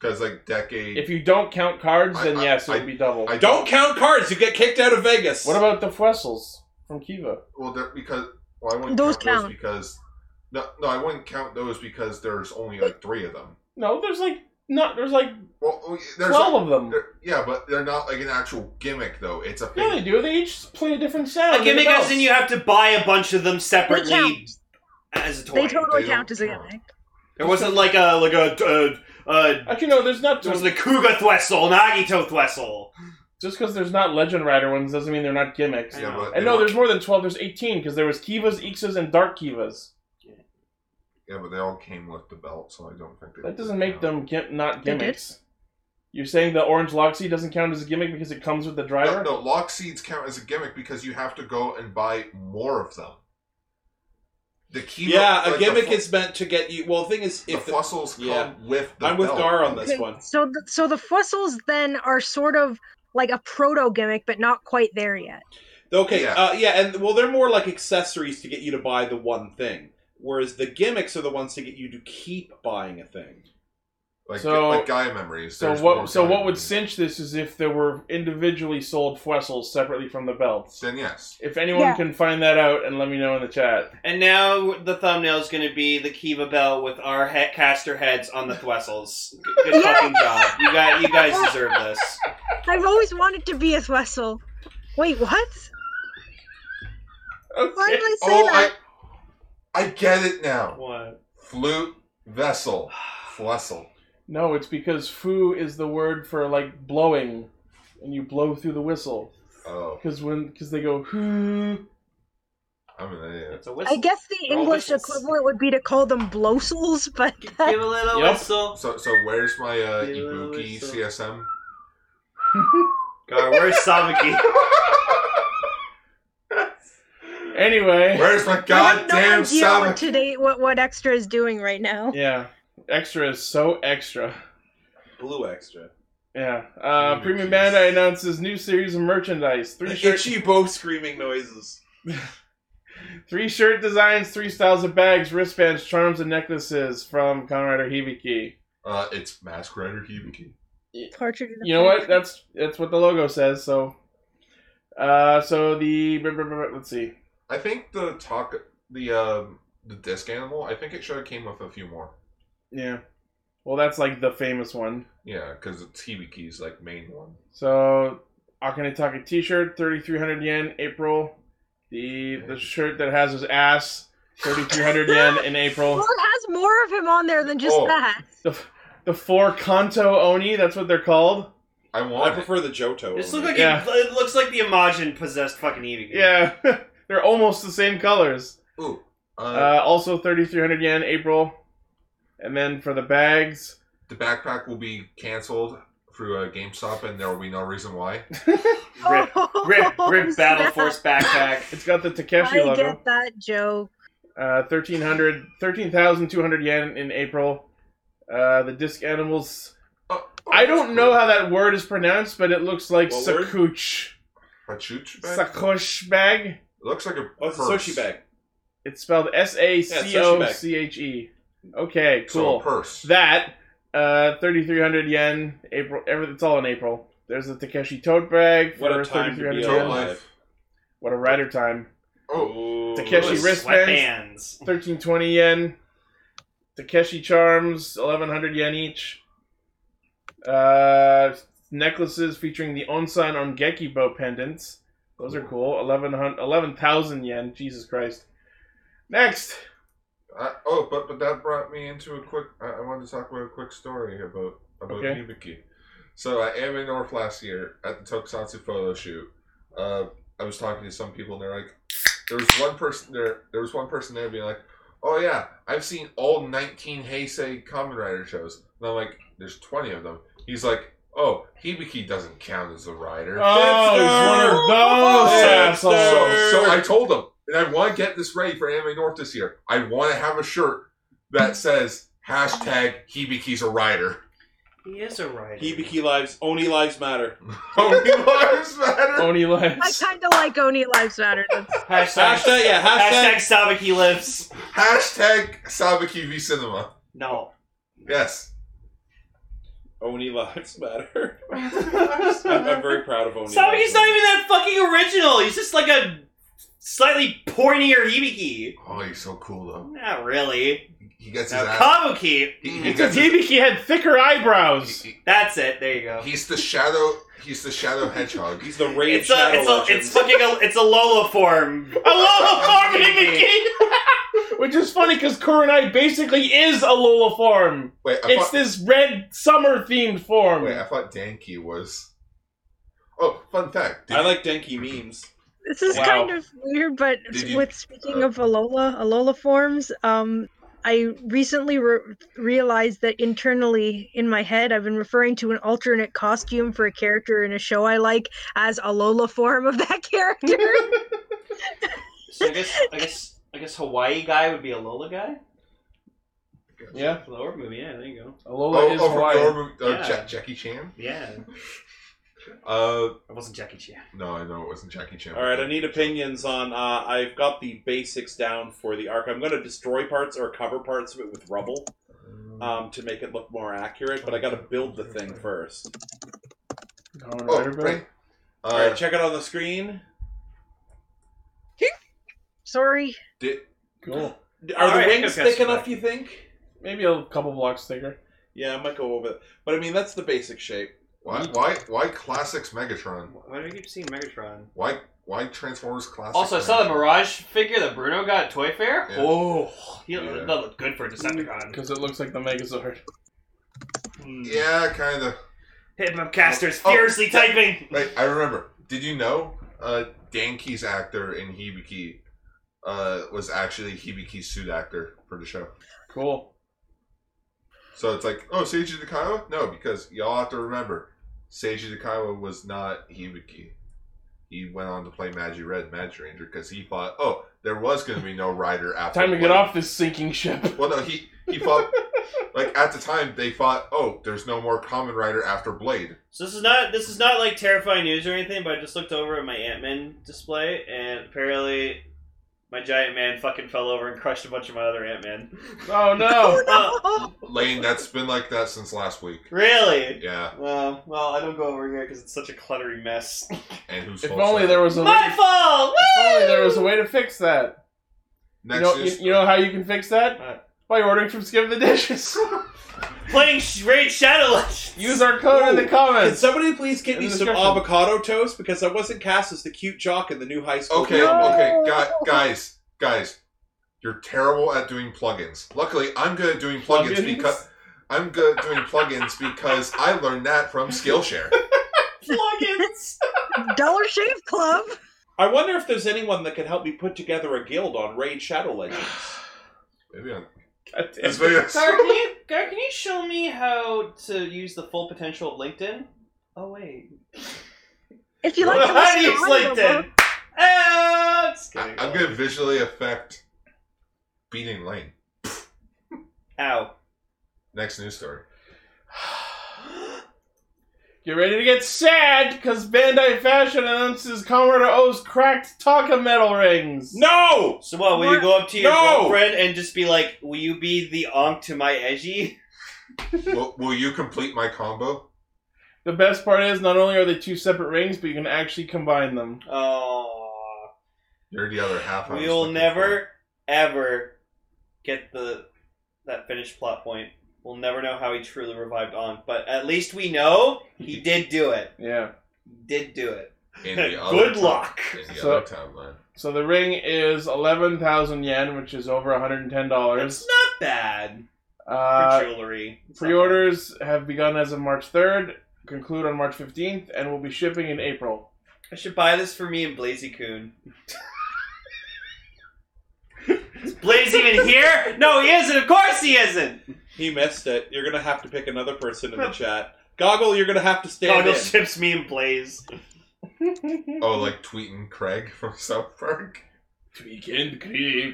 Speaker 6: Because like decade.
Speaker 2: If you don't count cards,
Speaker 6: I-
Speaker 2: then
Speaker 6: I-
Speaker 2: yes, it
Speaker 6: I-
Speaker 2: would be double.
Speaker 6: I
Speaker 3: Don't count cards. You get kicked out of Vegas.
Speaker 2: what about the Fwessels from Kiva?
Speaker 6: Well, they're, because well, I wouldn't
Speaker 4: Those
Speaker 6: count, those
Speaker 4: count.
Speaker 6: because no, no, I wouldn't count those because there's only like three of them.
Speaker 2: No, there's like not there's like
Speaker 6: Well, oh, there's
Speaker 2: twelve
Speaker 6: like-
Speaker 2: of them.
Speaker 6: they're- yeah, but they're not like an actual gimmick though. It's a
Speaker 2: Yeah,
Speaker 6: thing.
Speaker 2: they do. They each play a different sound.
Speaker 5: A gimmick
Speaker 2: They're
Speaker 5: as in you have to buy a bunch of them
Speaker 4: They
Speaker 5: separately
Speaker 4: count.
Speaker 5: as a toy.
Speaker 4: They totally
Speaker 6: They
Speaker 4: count
Speaker 6: don't
Speaker 4: as a
Speaker 6: count.
Speaker 4: gimmick.
Speaker 5: There wasn't like a like a uh, uh
Speaker 2: Actually, no. There's not.
Speaker 5: there was a Kuga Thwessel, Nagito Thwessel.
Speaker 2: Just because there's not Legend Rider ones doesn't mean they're not gimmicks.
Speaker 5: Yeah.
Speaker 6: yeah,
Speaker 2: And
Speaker 6: but they
Speaker 2: no,
Speaker 6: don't-
Speaker 2: there's more than twelve. There's eighteen because there was Kivas, Ixas, and Dark Kivas.
Speaker 6: Yeah, but they all came with the belt, so I don't think they
Speaker 2: That doesn't make them gi- not
Speaker 4: They did.
Speaker 2: gimmicks. You're saying the Orange Loxy doesn't count as a gimmick because it comes with the
Speaker 6: No,
Speaker 2: driver?
Speaker 6: no, lock seeds count as a gimmick because you have to go and buy more of them. The key.
Speaker 3: yeah, a
Speaker 6: like, the
Speaker 3: gimmick
Speaker 6: fu-
Speaker 3: is meant to get you. Well, the thing is,
Speaker 6: the
Speaker 3: if the,
Speaker 6: fossils come
Speaker 3: yeah.
Speaker 6: with. the
Speaker 3: I'm with
Speaker 6: belt.
Speaker 3: Gar on this
Speaker 4: Okay,
Speaker 3: one.
Speaker 4: So, the, so the fossils then are sort of like a proto gimmick, but not quite there yet.
Speaker 3: Okay,
Speaker 6: Yeah.
Speaker 3: Uh, yeah, and well, they're more like accessories to get you to buy the one thing, whereas the gimmicks are the ones to get you to keep buying a thing.
Speaker 6: Like,
Speaker 2: So-
Speaker 6: like Gaia memories.
Speaker 2: So
Speaker 6: there's more
Speaker 2: what? So
Speaker 6: Gaia
Speaker 2: what would
Speaker 6: memories.
Speaker 2: cinch this is if there were individually sold Fwessels separately from the belts.
Speaker 6: Then yes.
Speaker 2: If anyone
Speaker 4: Yeah.
Speaker 2: can find that out and let me know in the chat.
Speaker 5: And now the thumbnail is going to be the Kiva Bell with our he- caster heads on the Thwessels. Good fucking job. You guys, you guys deserve this.
Speaker 4: I've always wanted to be a Wessel. Wait, what? Why
Speaker 2: Okay.
Speaker 4: did I say
Speaker 6: Oh, I,
Speaker 4: that?
Speaker 6: I get it now.
Speaker 5: What?
Speaker 6: Flute vessel, flessel.
Speaker 2: No, it's because foo is the word for like blowing, and you blow through the whistle.
Speaker 6: Oh,
Speaker 2: Because when because they go hoo,
Speaker 6: I'm an idiot.
Speaker 5: It's a
Speaker 4: I,
Speaker 5: whistle.
Speaker 4: guess the
Speaker 6: Oh,
Speaker 5: Roll
Speaker 4: English
Speaker 5: whistles.
Speaker 4: equivalent would be to call them blowsels, but
Speaker 5: Give a little
Speaker 2: Yep.
Speaker 5: whistle.
Speaker 6: So, so where's my uh,
Speaker 5: Yeah,
Speaker 6: Ibuki
Speaker 5: so-
Speaker 6: CSM?
Speaker 5: God, where's Sabaki?
Speaker 2: anyway.
Speaker 6: Where's my
Speaker 4: I have no
Speaker 6: goddamn
Speaker 4: idea
Speaker 6: salmon?
Speaker 4: what today what what extra is doing right now.
Speaker 2: Yeah, extra is so extra.
Speaker 3: Blue extra.
Speaker 2: Yeah. Uh,
Speaker 6: Oh,
Speaker 2: Premium
Speaker 6: jeez.
Speaker 2: Bandai announces new series of merchandise. Three
Speaker 3: The
Speaker 2: shirts.
Speaker 3: itchy bow screaming noises.
Speaker 2: Three shirt designs, three styles of bags, wristbands, charms, and necklaces from Conrad or Hibiki.
Speaker 6: Uh, it's Mask Rider Hibiki.
Speaker 4: Partridge. in a
Speaker 2: You know
Speaker 4: pear
Speaker 2: what? That's that's what the logo says. So, uh, so the let's see.
Speaker 6: I think the talk, the um, the disc animal. I think it should have came with a few more.
Speaker 2: Yeah. Well, that's like the famous one.
Speaker 6: Yeah, because it's Hibiki's like main one.
Speaker 2: So Akane Taka T-shirt, thirty three hundred yen, April. The the shirt that has his ass, thirty three hundred yen in April.
Speaker 4: Well, it has more of him on there than just
Speaker 6: Oh.
Speaker 4: that.
Speaker 2: The the four Kanto Oni, that's what they're called.
Speaker 6: I
Speaker 3: I
Speaker 6: want. it.
Speaker 3: prefer the Johto.
Speaker 5: This
Speaker 3: over
Speaker 5: looks like
Speaker 2: Yeah.
Speaker 5: it, it looks like the Imagine possessed fucking Evie.
Speaker 2: Yeah, they're almost the same colors.
Speaker 6: Ooh. Uh,
Speaker 2: Uh, also thirty three hundred yen April, and then for the bags,
Speaker 6: the backpack will be canceled through uh, GameStop, and there will be no reason why.
Speaker 5: Rip, rip, rip. Battle
Speaker 4: snap.
Speaker 5: Force backpack.
Speaker 2: it's got the Takeshi
Speaker 4: I
Speaker 2: logo.
Speaker 4: get that joke.
Speaker 2: Uh, 1300 13,200 yen in April. Uh, the disc animals
Speaker 6: Oh, oh,
Speaker 2: I
Speaker 6: that's
Speaker 2: don't know how that word is pronounced, but it looks like
Speaker 3: What word?
Speaker 2: sakuch.
Speaker 6: cool. Pachuch bag?
Speaker 2: Sakosh bag.
Speaker 6: It looks like a
Speaker 3: Oh, it's a
Speaker 6: purse.
Speaker 3: Soshi bag.
Speaker 2: It's spelled S A C O C H E. Okay,
Speaker 6: So a
Speaker 2: cool.
Speaker 6: purse.
Speaker 2: That uh, thirty three hundred yen. April. Every, it's all in April. There's a Takeshi tote bag
Speaker 3: What
Speaker 2: for
Speaker 3: a time
Speaker 2: thirty
Speaker 3: to
Speaker 2: three hundred
Speaker 3: be
Speaker 6: Tote
Speaker 2: yen.
Speaker 3: alive.
Speaker 6: life.
Speaker 2: What a rider time.
Speaker 6: Oh,
Speaker 3: Ooh.
Speaker 2: Takeshi
Speaker 5: Ooh,
Speaker 2: wristbands.
Speaker 5: sweatbands.
Speaker 2: Thirteen twenty yen. Takeshi charms. Eleven hundred yen each. Uh, necklaces featuring the Onsan Ongeki bow pendants. Those are cool. 11,000 11,000 yen. Jesus Christ. Next.
Speaker 6: I, oh, but but that brought me into a quick. I, I wanted to talk about a quick story about about
Speaker 2: Okay.
Speaker 6: Hibiki. So at Anime North last year at the Tokusatsu photo shoot, uh, I was talking to some people and they're like, there was one person there. There was one person there being like, "Oh yeah, I've seen all 19 Heisei Kamen Rider shows," and I'm like, "There's 20 of them." He's like, "Oh, Hibiki doesn't count as a rider."
Speaker 2: Oh, he's one of those assholes.
Speaker 6: So, so I told him, and I want to get this ready for Anime North this year. I want to have a shirt that says hashtag Hibiki's a rider.
Speaker 5: He is a writer.
Speaker 3: Hibiki lives. Oni lives matter.
Speaker 6: Only lives matter.
Speaker 2: Oni
Speaker 4: I
Speaker 2: lives.
Speaker 4: kind of like Oni Lives Matter. That's-
Speaker 5: Hashtag,
Speaker 3: Hashtag yeah.
Speaker 5: hashtag
Speaker 3: Hashtag.
Speaker 5: Sabaki lives.
Speaker 6: Hashtag Sabaki v Cinema.
Speaker 5: No.
Speaker 6: Yes.
Speaker 3: Oni lives matter. I'm, I'm very proud of Oni.
Speaker 5: Sabaki's not
Speaker 3: lives
Speaker 5: even
Speaker 3: matter.
Speaker 5: that fucking original. He's just like a slightly pornier Hibiki.
Speaker 6: Oh, he's so cool though.
Speaker 5: Not really.
Speaker 6: He gets his
Speaker 5: Now,
Speaker 6: ass.
Speaker 5: Kabuki.
Speaker 6: He-
Speaker 5: mm,
Speaker 6: he
Speaker 2: Because Hibiki had thicker eyebrows.
Speaker 6: he- he-
Speaker 5: That's it. There you go.
Speaker 6: he's the shadow. He's the shadow hedgehog.
Speaker 3: He's the rage
Speaker 5: It's a,
Speaker 3: shadow
Speaker 5: it's a,
Speaker 3: legend.
Speaker 5: it's fucking a, it's a Lola form.
Speaker 2: A Lola form Hibiki! Which is funny because Kurenai basically is a Lola form.
Speaker 6: Wait, I
Speaker 2: It's
Speaker 6: thought,
Speaker 2: this red summer themed form.
Speaker 6: wait, I thought Danke was. Oh, fun fact. Did,
Speaker 3: I like Denki memes.
Speaker 4: This is
Speaker 2: Wow.
Speaker 4: kind of weird, but
Speaker 6: Did you-
Speaker 4: with speaking
Speaker 6: uh,
Speaker 4: of Alola, Alola forms, um, I recently re- realized that internally in my head, I've been referring to an alternate costume for a character in a show I like as Alola form of that character.
Speaker 5: So I guess I guess I guess Hawaii guy would be a Lola guy.
Speaker 2: Yeah.
Speaker 5: Lower movie. Yeah. There you go.
Speaker 2: A Lola
Speaker 6: Oh,
Speaker 2: is
Speaker 6: oh, from
Speaker 2: Hawaii.
Speaker 6: Norman, uh,
Speaker 5: Yeah.
Speaker 6: Jack- Jackie Chan.
Speaker 5: Yeah.
Speaker 6: Uh,
Speaker 5: It wasn't Jackie Chan.
Speaker 6: no, I know it wasn't Jackie Chan.
Speaker 3: All right, I need opinions on. Uh, I've got the basics down for the arc. I'm going to destroy parts or cover parts of it with rubble um, to make it look more accurate, but I got to build the thing first.
Speaker 2: Kamen
Speaker 6: Oh,
Speaker 2: Rider Bill.
Speaker 6: right. Uh,
Speaker 3: All right, check it on the screen.
Speaker 4: Sorry.
Speaker 6: did,
Speaker 2: Cool.
Speaker 3: Are
Speaker 5: All
Speaker 3: the
Speaker 5: right,
Speaker 3: wings
Speaker 5: I guess
Speaker 3: thick enough?
Speaker 5: back.
Speaker 3: You think?
Speaker 2: Maybe a couple blocks thicker.
Speaker 3: Yeah, I might go over it, but I mean that's the basic shape.
Speaker 6: Why? Why? Why classics Megatron?
Speaker 5: Why do I keep seeing Megatron?
Speaker 6: Why? Why Transformers classics?
Speaker 5: Also, I saw the
Speaker 6: Megatron?
Speaker 5: Mirage figure that Bruno got at Toy Fair.
Speaker 6: Yeah.
Speaker 5: Oh, he,
Speaker 6: Yeah.
Speaker 5: that looked good for a Decepticon.
Speaker 2: because it looks like the Megazord.
Speaker 6: Yeah, kind of.
Speaker 5: Hitmoncasters
Speaker 6: Oh.
Speaker 5: furiously typing.
Speaker 6: Right, I remember. Did you know uh, Danke's actor in Hibiki uh, was actually Hibiki's suit actor for the show?
Speaker 2: Cool.
Speaker 6: So it's like, oh, Seiji Nakaiwa? No, because y'all have to remember, Seiji Nakaiwa was not Hibiki. He went on to play Magi Red Magic Ranger because he thought, oh, there was going to be no rider after.
Speaker 2: Time to get
Speaker 6: Blade.
Speaker 2: off this sinking ship.
Speaker 6: Well, no, he he thought like at the time they thought, oh, there's no more Common Rider after Blade.
Speaker 5: So this is not this is not like terrifying news or anything, but I just looked over at my Ant Man display, and apparently, my giant man fucking fell over and crushed a bunch of my other Ant Man.
Speaker 2: Oh no!
Speaker 4: Oh,
Speaker 6: Lane, that's been like that since last week.
Speaker 5: Really?
Speaker 6: Yeah,
Speaker 5: Well, well, I don't go over here because it's such a cluttery mess.
Speaker 6: and who's
Speaker 2: if only there was a way,
Speaker 5: my
Speaker 2: if
Speaker 5: fault.
Speaker 2: only there was a way to fix that. You
Speaker 6: next
Speaker 2: know,
Speaker 6: is
Speaker 2: you, you know how you can fix that?
Speaker 5: What?
Speaker 2: By ordering from Skip the Dishes.
Speaker 5: Playing sh- Raid Shadow Legends.
Speaker 2: Use our code in the
Speaker 3: Ooh. Can
Speaker 2: comments.
Speaker 3: somebody please get
Speaker 2: In
Speaker 3: me
Speaker 2: the
Speaker 3: some
Speaker 2: description.
Speaker 3: avocado toast because I wasn't cast as the cute jock in the new high school.
Speaker 6: Okay,
Speaker 3: drama.
Speaker 6: okay,
Speaker 4: No.
Speaker 6: guy, guys, guys, you're terrible at doing plugins. Luckily, I'm good at doing plugins,
Speaker 2: Plugins?
Speaker 6: because I'm good at doing plugins because I learned that from Skillshare.
Speaker 5: plugins.
Speaker 4: Dollar Shave Club.
Speaker 3: I wonder if there's anyone that can help me put together a guild on Raid Shadow Legends.
Speaker 6: Maybe I'm,
Speaker 2: God damn
Speaker 6: this
Speaker 2: it.
Speaker 6: video.
Speaker 5: Gar, can you Gar, can you show me how to use the full potential of LinkedIn? Oh wait.
Speaker 4: If you like to
Speaker 5: how do you
Speaker 4: listen
Speaker 5: use
Speaker 4: to audio
Speaker 5: LinkedIn?
Speaker 4: book,
Speaker 5: Ah, just
Speaker 6: I-
Speaker 5: kidding.
Speaker 6: I'm gonna visually affect beating Lane.
Speaker 5: Ow.
Speaker 6: Next news story.
Speaker 2: Get ready to get sad because Bandai Fashion announces Commodore O's cracked Taka metal rings.
Speaker 3: No!
Speaker 5: So what? Will you go up to your
Speaker 3: No!
Speaker 5: girlfriend and just be like, "Will you be the onk to my edgy?"
Speaker 6: will, will you complete my combo?
Speaker 2: The best part is not only are they two separate rings, but you can actually combine them.
Speaker 5: Oh,
Speaker 6: You're the other half. I was
Speaker 5: we will
Speaker 6: looking
Speaker 5: never ever get the that finished plot point. We'll never know how he truly revived Onk, but at least we know he did do it.
Speaker 2: Yeah.
Speaker 5: He did do it.
Speaker 6: for. In the other
Speaker 5: Good
Speaker 6: time-
Speaker 5: luck.
Speaker 6: In the
Speaker 2: So-
Speaker 6: other timeline.
Speaker 2: So the ring is eleven thousand yen, which is over one hundred and ten
Speaker 5: It's
Speaker 2: dollars.
Speaker 5: not bad for
Speaker 2: Uh,
Speaker 5: jewelry. It's not
Speaker 2: pre-orders have begun as of March third, conclude on March fifteenth, and will be shipping in April.
Speaker 5: bad. I should buy this for me and Blazy Coon. Is Blaze even here? No, he isn't. Of course he isn't.
Speaker 3: He missed it. You're gonna have to pick another person in the chat. Goggle, you're gonna have to stand
Speaker 5: Goggle
Speaker 3: in.
Speaker 5: ships me and Blaze.
Speaker 6: Oh,
Speaker 5: Hmm.
Speaker 6: like tweeting Craig from South Park.
Speaker 2: Tweekend Krieg.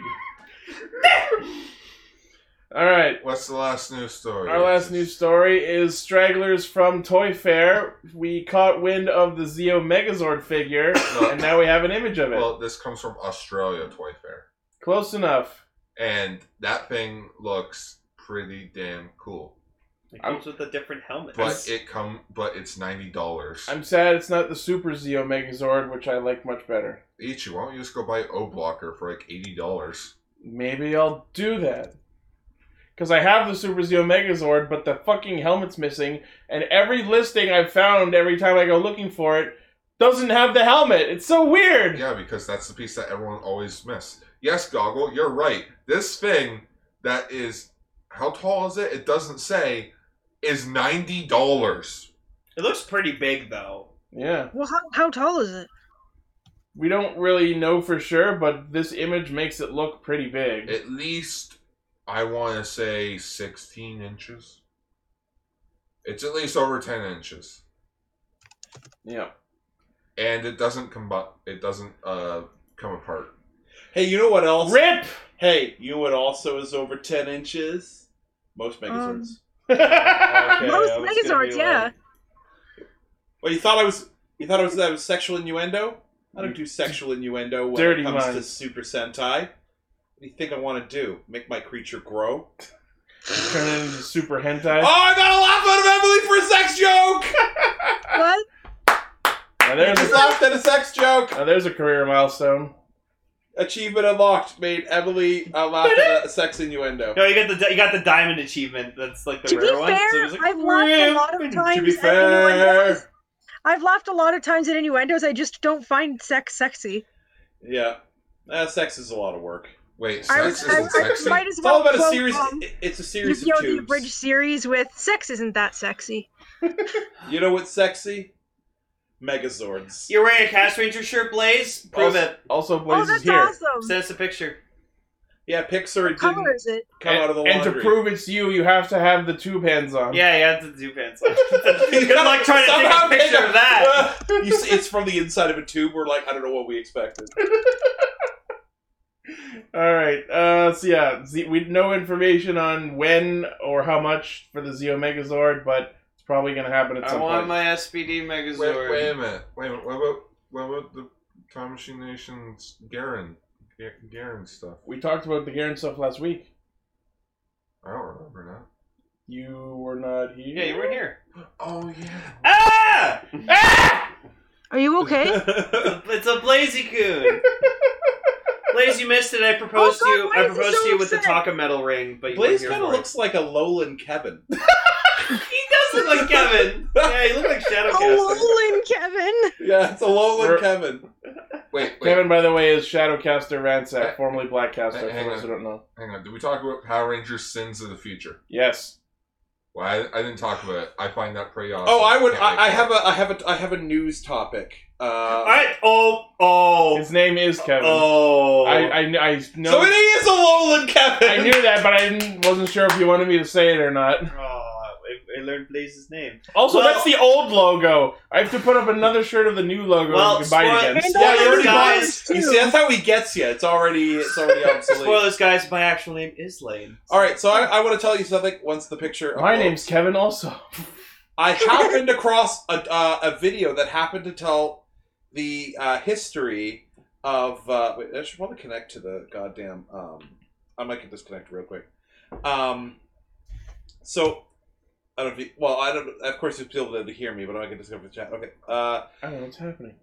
Speaker 2: All right.
Speaker 6: What's the last news story?
Speaker 2: Our last news story is stragglers from Toy Fair. We caught wind of the Zeo Megazord figure,
Speaker 6: No.
Speaker 2: and now we have an image of it.
Speaker 6: Well, this comes from Australia Toy Fair.
Speaker 2: Close enough.
Speaker 6: and that thing looks pretty damn cool.
Speaker 5: It comes with a different helmet.
Speaker 6: But it come, but it's ninety dollars.
Speaker 2: I'm sad it's not the Super Zeo Megazord, which I like much better.
Speaker 6: Ichi, why don't you just go buy O Blocker for like eighty dollars?
Speaker 2: Maybe I'll do that. Because I have the Super Zeo Megazord, but the fucking helmet's missing, and every listing I've found every time I go looking for it doesn't have the helmet. It's so weird.
Speaker 6: Yeah, because that's the piece that everyone always missed. Yes, Goggle, you're right. This thing that is how tall is it? It doesn't say. Is ninety dollars.
Speaker 5: It looks pretty big though.
Speaker 2: yeah.
Speaker 4: Well, how, how tall is it?
Speaker 2: We don't really know for sure, but this image makes it look pretty big.
Speaker 6: At least I want to say sixteen inches. It's at least over ten inches.
Speaker 2: yeah.
Speaker 6: and it doesn't come it doesn't uh come apart
Speaker 3: Hey, you know what else?
Speaker 2: Rip!
Speaker 3: Hey, you know what also is over ten inches? Most
Speaker 2: Um,
Speaker 3: megazords.
Speaker 2: I
Speaker 4: Most
Speaker 3: I was gonna
Speaker 4: Megazords,
Speaker 3: be
Speaker 4: yeah.
Speaker 3: like- Well, you thought I was. You thought I was that was sexual innuendo? I don't do sexual innuendo when
Speaker 2: Dirty
Speaker 3: it comes
Speaker 2: mind.
Speaker 3: to Super Sentai. What do you think I want to do? Make my creature grow?
Speaker 2: Turn it into super
Speaker 3: Oh,
Speaker 2: hentai.
Speaker 3: I got a laugh out of Emily for a sex joke.
Speaker 4: What?
Speaker 2: Now there's,
Speaker 3: Just
Speaker 2: a,
Speaker 3: laughed at a sex joke.
Speaker 2: now there's a career milestone.
Speaker 3: Achievement unlocked made Emily uh, laugh at a sex innuendo.
Speaker 5: No, you got the di- you got the diamond achievement. That's like the
Speaker 4: to be
Speaker 5: rare
Speaker 4: fair,
Speaker 5: one. So it was like,
Speaker 4: I've laughed a lot
Speaker 5: "Whoop."
Speaker 4: of times.
Speaker 3: To be
Speaker 4: at innuendos.
Speaker 3: fair.
Speaker 4: I've laughed a lot of times at innuendos. I just don't find sex sexy.
Speaker 3: Yeah. Uh, sex is a lot of work.
Speaker 6: Wait,
Speaker 4: I,
Speaker 6: sex
Speaker 4: I-
Speaker 6: isn't
Speaker 4: I
Speaker 6: sexy.
Speaker 4: might as
Speaker 3: It's
Speaker 4: well
Speaker 3: all about a
Speaker 4: quote,
Speaker 3: series.
Speaker 4: um,
Speaker 3: it- It's a series of
Speaker 4: Yu-Gi-Oh! The Abridged
Speaker 3: tubes.
Speaker 4: series with "Sex isn't that sexy."
Speaker 3: You know what's sexy? Megazords.
Speaker 5: You're wearing a Cast Ranger shirt, Blaze. Prove
Speaker 2: also,
Speaker 5: it.
Speaker 2: Also,
Speaker 4: Oh,
Speaker 2: Blaze is
Speaker 4: that's
Speaker 2: here.
Speaker 4: awesome.
Speaker 5: Send us a picture.
Speaker 3: Yeah, Pixar didn't
Speaker 4: Color is it?
Speaker 3: come
Speaker 2: and,
Speaker 3: out of the
Speaker 2: and
Speaker 3: laundry.
Speaker 2: to prove it's you, you have to have the tube hands
Speaker 6: Um,
Speaker 2: on.
Speaker 5: Yeah, you have to do pants. on. Good luck trying to take a
Speaker 3: Somehow
Speaker 5: picture
Speaker 3: take a-
Speaker 5: of that.
Speaker 3: you see, it's from the inside of a tube. We're like, I don't know what we expected.
Speaker 2: All right. Uh, so yeah, Z- we no information on when or how much for the Z Megazord, but it's probably going to happen at
Speaker 5: I
Speaker 2: some
Speaker 5: want
Speaker 2: point.
Speaker 5: my SPD
Speaker 6: Wait,
Speaker 5: Megazord.
Speaker 6: wait a minute. Wait a minute. What about what about the Time Machine Nation's Garen Ga- Garen stuff?
Speaker 2: we talked about the Garen stuff last week.
Speaker 6: I don't remember
Speaker 2: You were not here.
Speaker 5: Yeah, you weren't here.
Speaker 6: now. Oh yeah.
Speaker 5: Ah! Ah!
Speaker 4: Are you okay?
Speaker 5: It's a Blazy Coon. Blaze, you missed it. I proposed
Speaker 4: Oh,
Speaker 5: to
Speaker 4: God,
Speaker 5: you.
Speaker 4: why
Speaker 5: I
Speaker 4: is he
Speaker 5: proposed
Speaker 4: so
Speaker 5: to you with the
Speaker 4: upset?
Speaker 5: Taka metal ring, but you
Speaker 3: Blaze
Speaker 5: kind
Speaker 3: kind of looks like a Lowland Kevin.
Speaker 5: He does look like Kevin. Yeah, he looks like
Speaker 4: Oh. Olin
Speaker 5: Shadowcaster.
Speaker 4: Kevin.
Speaker 3: Yeah, it's a Lowland
Speaker 2: We're-
Speaker 3: Kevin.
Speaker 6: Wait, wait.
Speaker 2: Kevin, by the way, is Shadowcaster Ransack,
Speaker 6: Uh,
Speaker 2: formerly Blackcaster,
Speaker 6: uh,
Speaker 2: for
Speaker 6: hang
Speaker 2: those
Speaker 6: on.
Speaker 2: who don't know.
Speaker 6: Hang on. Did we talk about Power Rangers Sins of the Future?
Speaker 2: Yes.
Speaker 6: Well, I, I didn't talk about it. I find that pretty awesome.
Speaker 3: Oh, I would.
Speaker 6: Can't wait
Speaker 3: I, I
Speaker 6: for
Speaker 3: have
Speaker 6: it.
Speaker 3: a. I have a. I have a news topic.
Speaker 5: All
Speaker 3: Uh,
Speaker 5: right. Oh, oh,
Speaker 2: His name is Kevin.
Speaker 5: oh.
Speaker 2: I, I, kn- I know.
Speaker 3: So it is a Lowland Kevin.
Speaker 2: I knew that, but I didn't, wasn't sure if you wanted me to say it or not.
Speaker 5: Oh, I, I learned Blaze's name.
Speaker 2: Also,
Speaker 5: Well-
Speaker 2: that's the old logo. I have to put up another shirt of the new logo
Speaker 5: Well,
Speaker 2: you can buy it
Speaker 5: spoil-
Speaker 2: against.
Speaker 4: And
Speaker 3: Yeah,
Speaker 4: Olin
Speaker 3: you already bought.
Speaker 5: Guys,
Speaker 4: Kevin
Speaker 3: You
Speaker 4: too.
Speaker 3: see, that's how he gets you. It's already. It's already obsolete.
Speaker 5: Spoilers, guys. My actual name is Lane.
Speaker 3: All right, so I, I want to tell you something. Once the picture.
Speaker 2: My
Speaker 3: uploads.
Speaker 2: name's Kevin. Also,
Speaker 3: I happened across a, uh, a video that happened to tell the uh, history of. Uh, wait, I should probably connect to the goddamn. Um, I might get disconnected real quick. Um, so, I don't know if you, Well, I don't. Of course, you'll be able to hear me, but I might get disconnected from the chat. Okay. Uh,
Speaker 2: I don't know what's happening.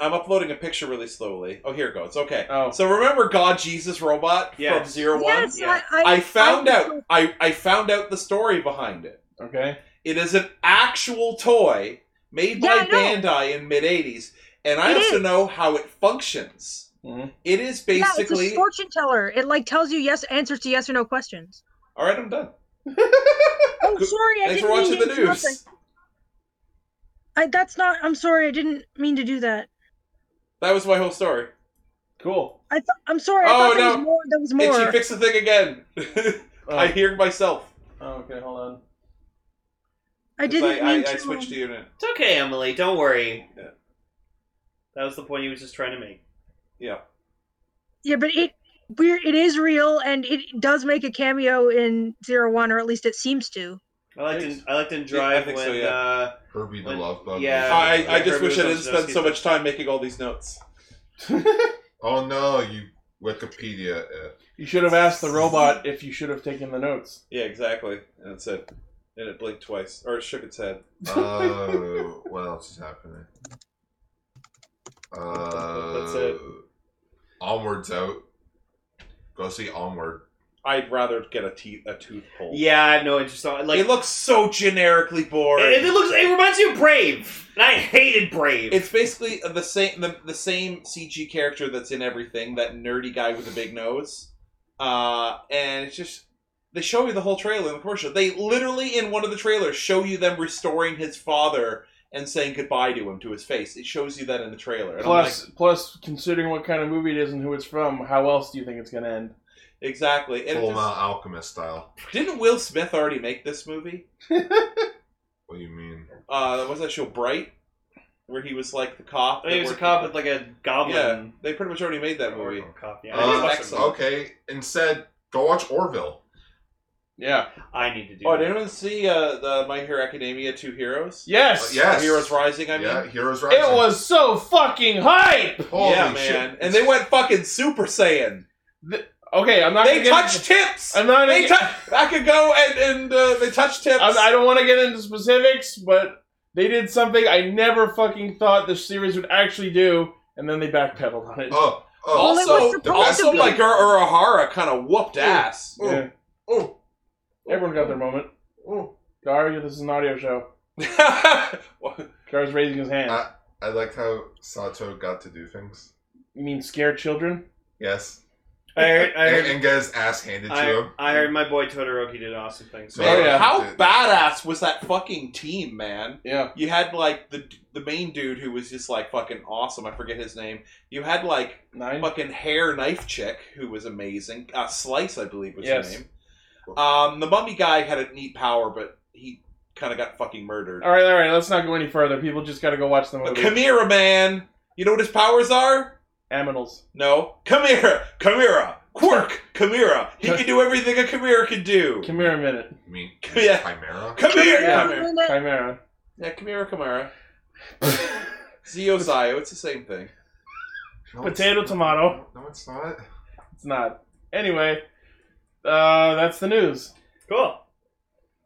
Speaker 3: I'm uploading a picture really slowly. Oh, here it goes. Okay.
Speaker 2: Oh,
Speaker 3: So, remember God Jesus Robot from
Speaker 5: Yes.
Speaker 3: Zero One?
Speaker 4: Yes,
Speaker 5: Yeah.
Speaker 4: I, I,
Speaker 3: I found
Speaker 4: I-
Speaker 3: out. I, I found out the story behind it.
Speaker 2: okay.
Speaker 3: It is an actual toy made
Speaker 4: Yeah,
Speaker 3: by
Speaker 4: I know.
Speaker 3: Bandai in mid '80s, and I
Speaker 4: It
Speaker 3: also
Speaker 4: is.
Speaker 3: know how it functions.
Speaker 2: Mhm.
Speaker 3: It is
Speaker 4: Yeah, it's
Speaker 3: basically
Speaker 4: a fortune teller. It like tells you yes answers to yes or no questions.
Speaker 3: all right. I'm done.
Speaker 4: Oh,
Speaker 3: Good-
Speaker 4: sorry, I
Speaker 3: Thanks
Speaker 4: didn't
Speaker 3: for watching
Speaker 4: mean
Speaker 3: the
Speaker 4: to interrupt.
Speaker 3: news.
Speaker 4: I, that's not. I'm sorry, I didn't mean to do that.
Speaker 3: That was my whole story.
Speaker 2: Cool.
Speaker 4: I th- I'm sorry. I
Speaker 3: Oh,
Speaker 4: thought there
Speaker 3: no.
Speaker 4: was more. There was
Speaker 3: And she
Speaker 4: more.
Speaker 3: fixed the thing again.
Speaker 2: Oh,
Speaker 3: I hear myself.
Speaker 2: oh, okay. Hold on.
Speaker 4: I didn't
Speaker 3: I,
Speaker 4: mean
Speaker 3: I,
Speaker 4: to.
Speaker 3: I switched to unit.
Speaker 5: It's okay, Emily. Don't worry.
Speaker 3: Yeah.
Speaker 5: That was the point he was just trying to make.
Speaker 3: Yeah.
Speaker 4: Yeah, but it we're it is real and it does make a cameo in Zero One, or at least it seems to.
Speaker 5: I liked
Speaker 3: Thanks.
Speaker 5: in, I liked in
Speaker 3: Yeah, I
Speaker 5: Drive
Speaker 3: think
Speaker 5: when
Speaker 3: so, yeah.
Speaker 5: uh,
Speaker 6: Herbie the
Speaker 5: When-
Speaker 6: Love Bug.
Speaker 5: yeah.
Speaker 3: I, I
Speaker 5: Yeah,
Speaker 3: just
Speaker 5: Kirby
Speaker 3: wish I didn't
Speaker 5: was on
Speaker 3: spend so
Speaker 5: Snowskin.
Speaker 3: much time making all these notes.
Speaker 6: Oh no, you Wikipedia it.
Speaker 2: You should have asked the robot if you should have taken the notes.
Speaker 3: Yeah, exactly. And that's it. And it blinked twice, or it shook its head.
Speaker 6: Oh, what else is happening? Uh,
Speaker 5: That's it.
Speaker 6: Onward's out. Go see Onward.
Speaker 3: I'd rather get a teeth a tooth pulled.
Speaker 5: yeah, I have no interest on like
Speaker 3: it looks so generically boring.
Speaker 5: It, it looks. It reminds me of Brave, and I hated Brave.
Speaker 3: It's basically the same the, the same CG character that's in everything, that nerdy guy with the big nose. Uh, and it's just they show you the whole trailer in the commercial. They literally in one of the trailers show you them restoring his father and saying goodbye to him to his face. It shows you that in the trailer. And I'm
Speaker 2: Plus, plus, considering what kind of movie it is and who it's from, how else do you think it's going to end?
Speaker 3: like, exactly. And it
Speaker 6: Full
Speaker 3: just-
Speaker 6: Metal Alchemist style.
Speaker 3: didn't Will Smith already make this movie?
Speaker 6: What do you mean?
Speaker 3: Uh, was that show Bright, where he was like the cop?
Speaker 5: I mean,
Speaker 3: that
Speaker 5: it was a
Speaker 3: worked-
Speaker 5: cop with like a goblin.
Speaker 3: They pretty much already made that
Speaker 5: or
Speaker 3: movie.
Speaker 5: cop, yeah.
Speaker 3: Uh,
Speaker 5: I,
Speaker 3: excellent.
Speaker 6: Okay, instead, go watch Orville.
Speaker 2: Yeah.
Speaker 5: I need to do.
Speaker 3: Oh,
Speaker 5: that.
Speaker 3: did anyone see uh, the My Hero Academia Two Heroes?
Speaker 2: Yes.
Speaker 6: Uh, yeah. Yes.
Speaker 3: Heroes Rising. I mean,
Speaker 6: yeah, Heroes Rising.
Speaker 2: It was so fucking hype.
Speaker 6: Holy
Speaker 3: yeah, man.
Speaker 6: shit.
Speaker 3: And they went fucking Super Saiyan.
Speaker 2: Okay, I'm not.
Speaker 3: They
Speaker 2: gonna
Speaker 3: touch
Speaker 2: Get,
Speaker 3: tips.
Speaker 2: I'm not.
Speaker 3: They
Speaker 2: They
Speaker 3: touch. I could go and and uh, they touch tips.
Speaker 2: I'm, I don't want to get into specifics, but they did something I never fucking thought this series would actually do, and then they backpedaled on it.
Speaker 6: Oh, Oh,
Speaker 4: Well, it was
Speaker 3: also,
Speaker 4: supposed
Speaker 3: also
Speaker 4: to be-
Speaker 3: like Ur- Urahara kind of whooped ass.
Speaker 6: Oh.
Speaker 2: Yeah.
Speaker 6: oh,
Speaker 2: Everyone got their moment.
Speaker 6: oh.
Speaker 2: Gar, this is an audio show. Gar's raising his hand.
Speaker 6: Uh, I like how Sato got to do things.
Speaker 2: you mean scare children?
Speaker 6: Yes.
Speaker 5: I heard, I
Speaker 6: And,
Speaker 5: heard,
Speaker 6: and get his ass handed to
Speaker 5: I,
Speaker 6: him.
Speaker 5: I heard my boy Todoroki did awesome things.
Speaker 6: Man.
Speaker 3: Man,
Speaker 2: Oh, yeah.
Speaker 3: how
Speaker 6: Dude.
Speaker 3: badass was that fucking team, man?
Speaker 2: Yeah.
Speaker 3: You had like the the main dude who was just like fucking awesome. I forget his name. You had like
Speaker 2: Nine?
Speaker 3: fucking hair knife chick who was amazing. Uh, Slice, I believe, was
Speaker 2: Yes.
Speaker 3: her name. Um, the mummy guy had a neat power, but he kind of got fucking murdered.
Speaker 2: All right, all right. Let's not go any further. People just got to go watch the
Speaker 3: But
Speaker 2: movie.
Speaker 3: Chimera man, you know what his powers are?
Speaker 2: Aminals.
Speaker 3: No, Chimera, Chimera, Quirk, Chimera. He can do everything a Chimera can do.
Speaker 2: Chimera minute.
Speaker 6: I mean,
Speaker 3: Yeah.
Speaker 6: Chimera.
Speaker 3: Chimera, Chimera.
Speaker 4: Isn't it?
Speaker 2: Chimera.
Speaker 3: Yeah, Chimera, Chimera. Zio Zio, it's the same thing.
Speaker 6: No,
Speaker 2: Potato,
Speaker 6: it's-
Speaker 2: tomato.
Speaker 6: No, it's not.
Speaker 2: It's not. Anyway, uh, that's the news.
Speaker 5: Cool.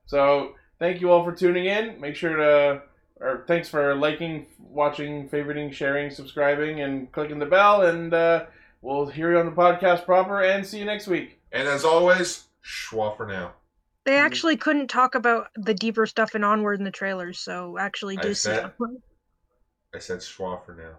Speaker 2: So thank you all for tuning in. Make sure to, or thanks for liking, watching, favoriting, sharing, subscribing, and clicking the bell. And uh, we'll hear you on the podcast proper. And see you next week.
Speaker 6: And as always, schwa for now.
Speaker 4: They actually couldn't talk about the deeper stuff and onward in the trailers, so actually
Speaker 6: I
Speaker 4: do
Speaker 6: bet.
Speaker 4: stuff.
Speaker 6: I said schwa for now.